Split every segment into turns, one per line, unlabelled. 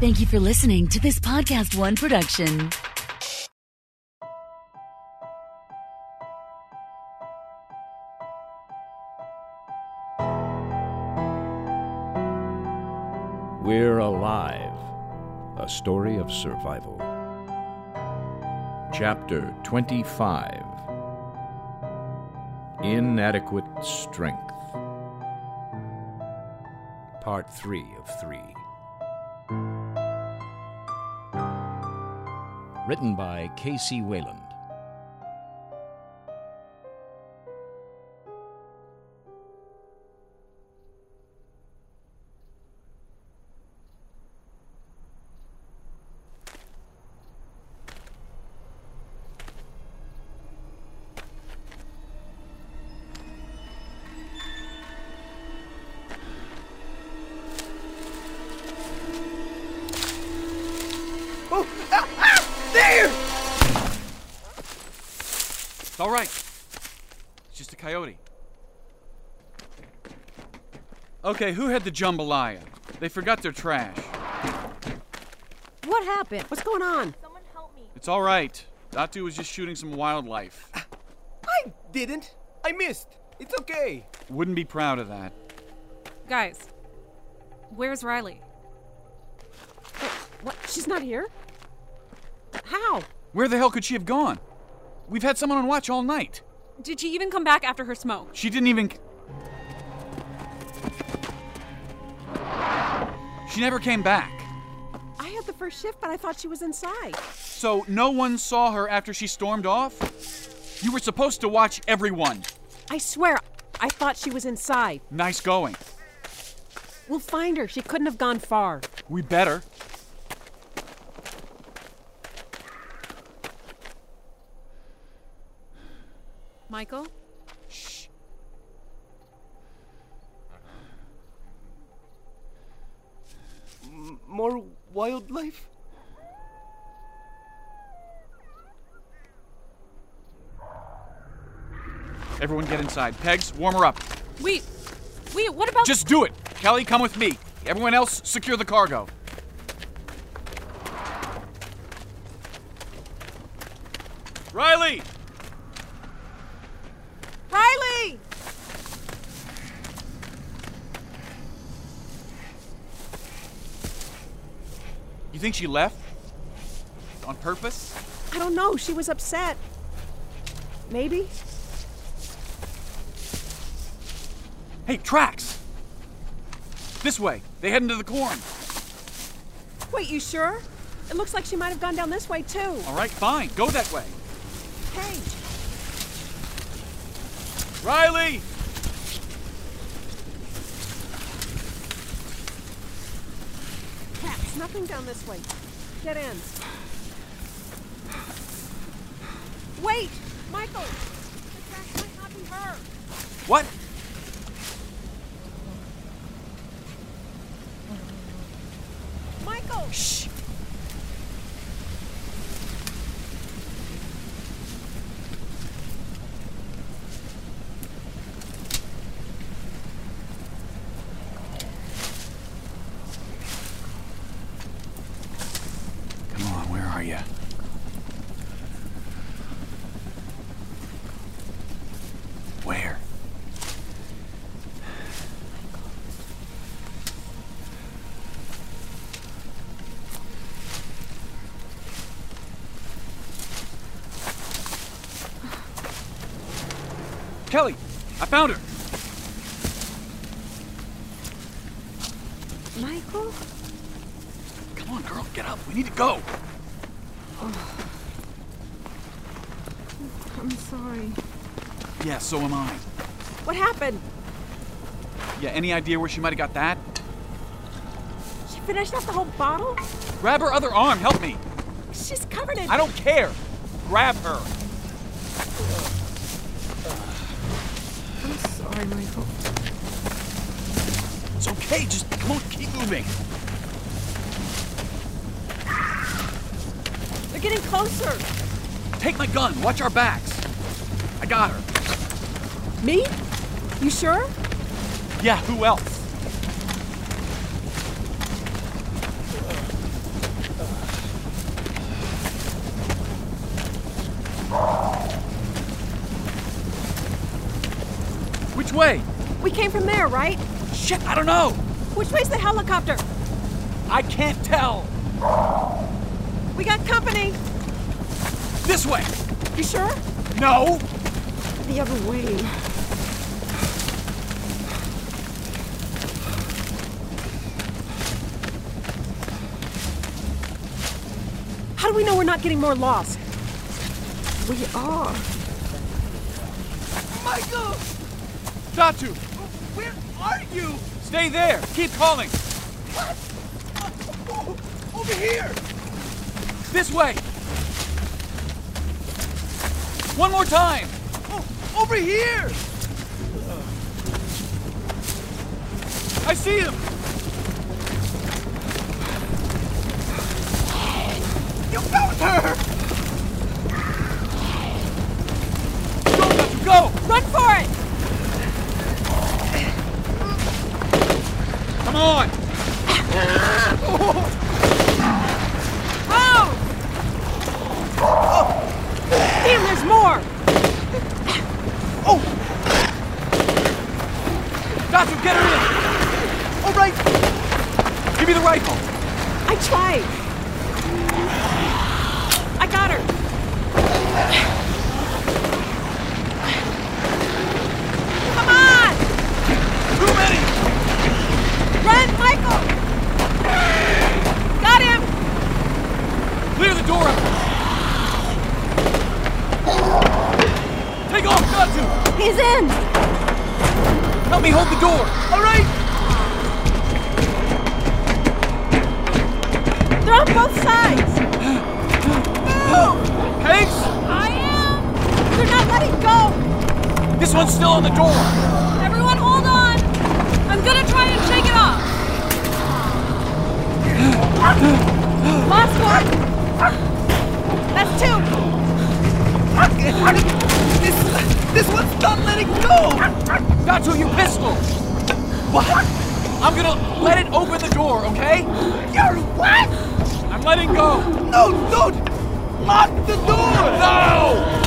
Thank you for listening to this Podcast One production.
We're Alive A Story of Survival. Chapter 25 Inadequate Strength. Part 3 of 3. Written by Casey Wayland.
Oh, ah, ah, there!
It's all right. It's just a coyote. Okay, who had the jambalaya? They forgot their trash.
What happened?
What's going on?
It's all right. Datu was just shooting some wildlife.
I didn't. I missed. It's okay.
Wouldn't be proud of that.
Guys, where's Riley?
What? She's not here? How?
Where the hell could she have gone? We've had someone on watch all night.
Did she even come back after her smoke?
She didn't even. She never came back.
I had the first shift, but I thought she was inside.
So no one saw her after she stormed off? You were supposed to watch everyone.
I swear, I thought she was inside.
Nice going.
We'll find her. She couldn't have gone far.
We better.
Michael?
More wildlife?
Everyone get inside. Pegs, warm her up.
Wait, wait, what about.
Just do it. Kelly, come with me. Everyone else, secure the cargo. Riley!
Riley!
You think she left? On purpose?
I don't know. She was upset. Maybe?
Hey, tracks! This way. They head into the corn.
Wait, you sure? It looks like she might have gone down this way, too.
All right, fine. Go that way.
Hey,
Riley!
cats, nothing down this way. Dead ends. Wait! Michael! The trash might not be her.
What?
Michael! Shh!
Come on, where are you? Where? Kelly, I found her.
Michael?
Come on, girl, get up. We need to go.
I'm sorry.
Yeah, so am I.
What happened?
Yeah, any idea where she might have got that?
She finished off the whole bottle?
Grab her other arm, help me.
She's covered in.
I don't care. Grab her.
I'm sorry, Michael.
It's okay, just come on, keep moving.
They're getting closer.
Take my gun, watch our backs. I got her.
Me? You sure?
Yeah, who else? way?
We came from there, right?
Shit, I don't know.
Which way's the helicopter?
I can't tell.
We got company.
This way.
You sure?
No.
The other way.
How do we know we're not getting more lost?
We are.
Michael! Datu! Where are you? Stay there! Keep calling! What? Over here! This way! One more time! Oh, over here! I see him! You found her! Go, Datu, go!
Run for it!
Come on!
Oh! Damn, there's more!
Doctor, get her in! All right! Give me the rifle!
I tried. I got her. Come on!
Too many!
Run, Michael! Got him!
Clear the door up! Take off, Datu!
He's in!
Help me hold the door! All right!
They're on both sides! Move!
Hanks!
I am! They're not letting go!
This one's still on the door!
Everyone hold on! I'm gonna try and shake it off! Last one! That's two!
This, this one's not letting go! Datu, you pistol! What? I'm gonna let it open the door, okay? You're what? I'm letting go! No, don't! Lock the door! No!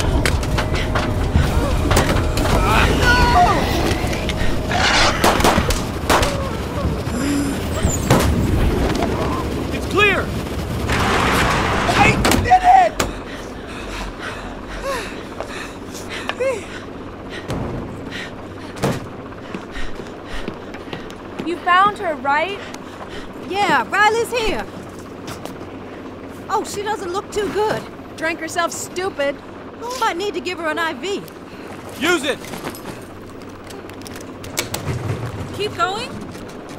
No! It's clear! I did it!
You found her, right? Yeah, Riley's here. Oh, she doesn't look too good. Drank herself stupid. Might need to give her an IV.
Use it!
Keep going?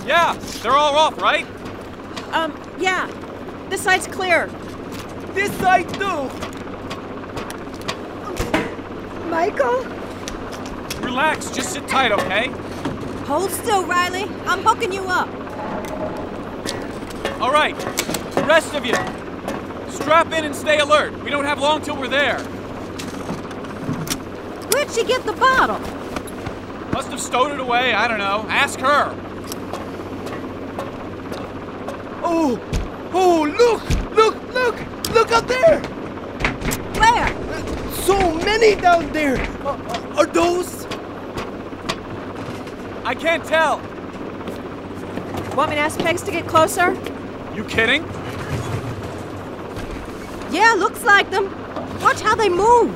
Yeah, they're all off, right?
Um, yeah. This side's clear.
This I do.
Michael?
Relax, just sit tight, okay?
Hold still, Riley. I'm hooking you up.
All right, the rest of you, strap in and stay alert. We don't have long till we're there.
Where'd she get the bottle?
Must have stowed it away. I don't know. Ask her. Oh, oh, look, look, look, look out there!
Where?
So many down there.
Uh,
Are those? I can't tell.
Want me to ask Pegs to get closer?
You kidding?
Yeah, looks like them. Watch how they move.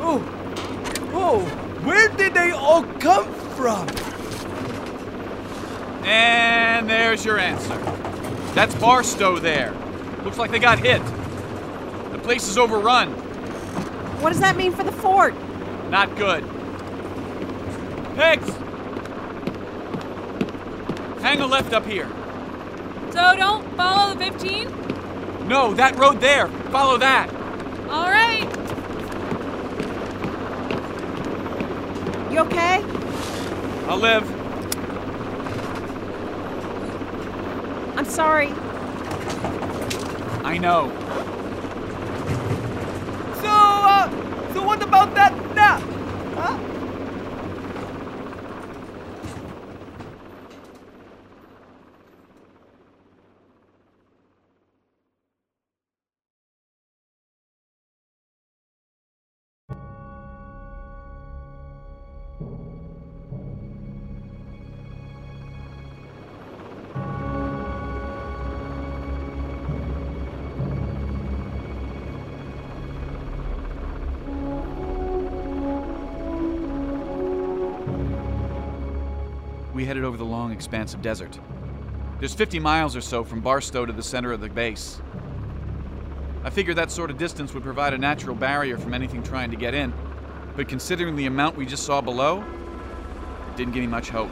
Oh, whoa!
oh,
Where did they all come from? And there's your answer. That's Barstow there. Looks like they got hit. The place is overrun.
What does that mean for the fort?
Not good. Pegs! Hang a left up here.
So don't follow the 15?
No, that road there. Follow that.
All right.
You okay?
I'll live.
I'm sorry.
I know. So, uh, so what about that nap? headed over the long expanse of desert. There's 50 miles or so from Barstow to the center of the base. I figured that sort of distance would provide a natural barrier from anything trying to get in, but considering the amount we just saw below, it didn't give me much hope.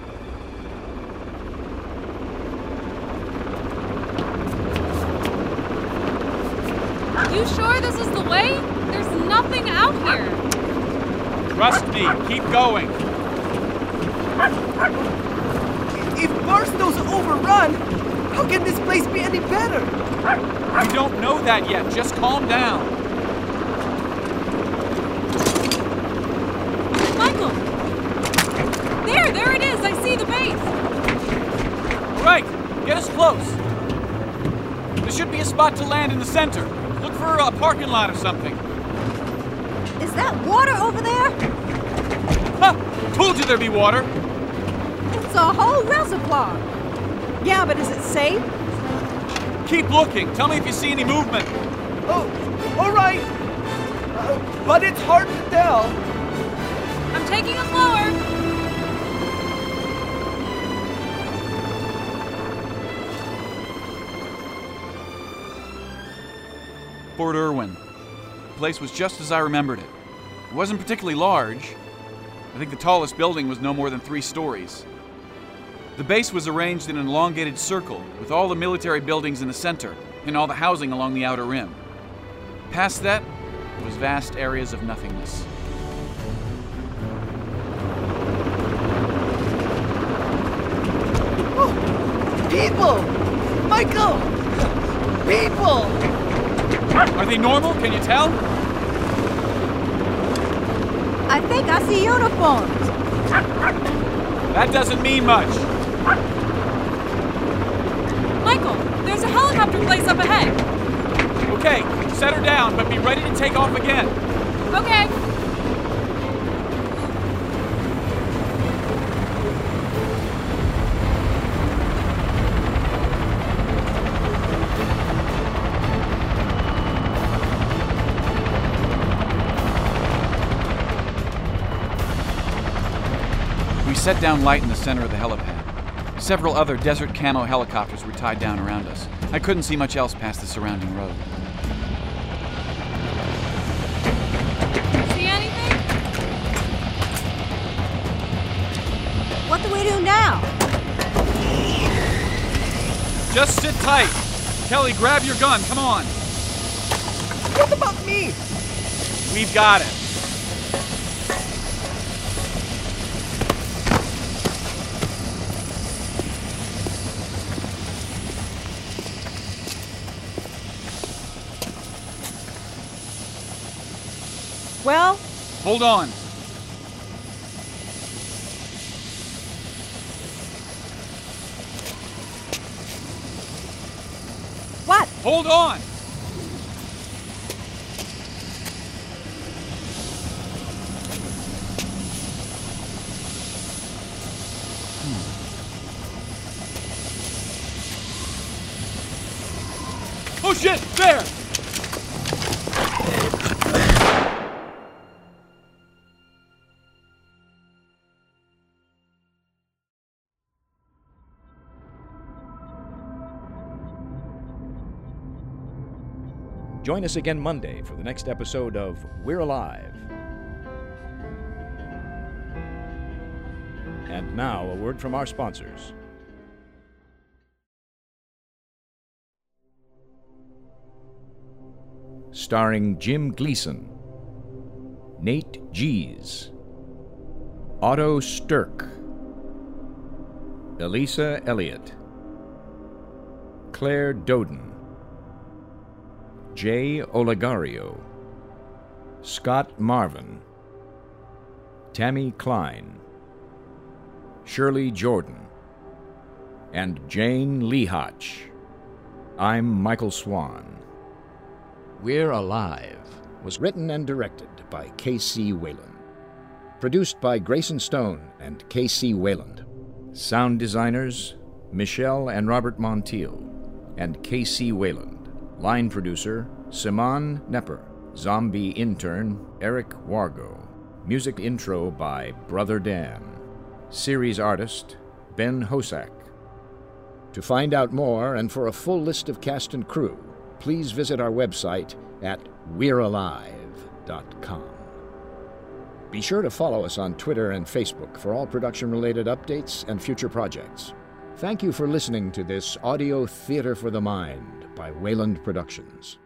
You sure this is the way? There's nothing out here.
Trust me, keep going.
If Barstow's overrun, how can this place be any better?
We don't know that yet. Just calm down.
Michael! There, there it is! I see the base!
Right! Get us close! There should be a spot to land in the center. Look for a parking lot or something.
Is that water over there?
Ha! Told you there'd be water!
It's a whole reservoir. Yeah, but is it safe?
Keep looking. Tell me if you see any movement.
Oh, all right. Uh, but it's hard to tell.
I'm taking us lower!
Fort Irwin. The place was just as I remembered it. It wasn't particularly large. I think the tallest building was no more than three stories. The base was arranged in an elongated circle, with all the military buildings in the center and all the housing along the outer rim. Past that was vast areas of nothingness.
People! Michael! People!
Are they normal? Can you tell?
I think I see uniforms.
That doesn't mean much.
Michael, there's a helicopter place up ahead.
Okay, set her down, but be ready to take off again.
Okay.
We set down light in the center of the helipad. Several other desert camo helicopters were tied down around us. I couldn't see much else past the surrounding road.
See anything?
What do we do now?
Just sit tight. Kelly, grab your gun. Come on.
What about me?
We've got it.
Well,
Hold on.
what?
Hold on. Oh shit! There!
Join us again Monday for the next episode of We're Alive. And now, a word from our sponsors. Starring Jim Gleason, Nate Gies, Otto Stirk, Elisa Elliott, Claire Doden. Jay Olegario, Scott Marvin, Tammy Klein, Shirley Jordan, and Jane Lehotch. I'm Michael Swan. We're Alive was written and directed by K.C. Whalen. Produced by Grayson Stone and K.C. Wayland. Sound designers Michelle and Robert Montiel and K.C. Wayland. Line producer Simon Nepper. Zombie intern Eric Wargo. Music intro by Brother Dan. Series artist Ben Hosak. To find out more and for a full list of cast and crew, please visit our website at we'realive.com. Be sure to follow us on Twitter and Facebook for all production related updates and future projects. Thank you for listening to this audio theater for the mind by Wayland Productions.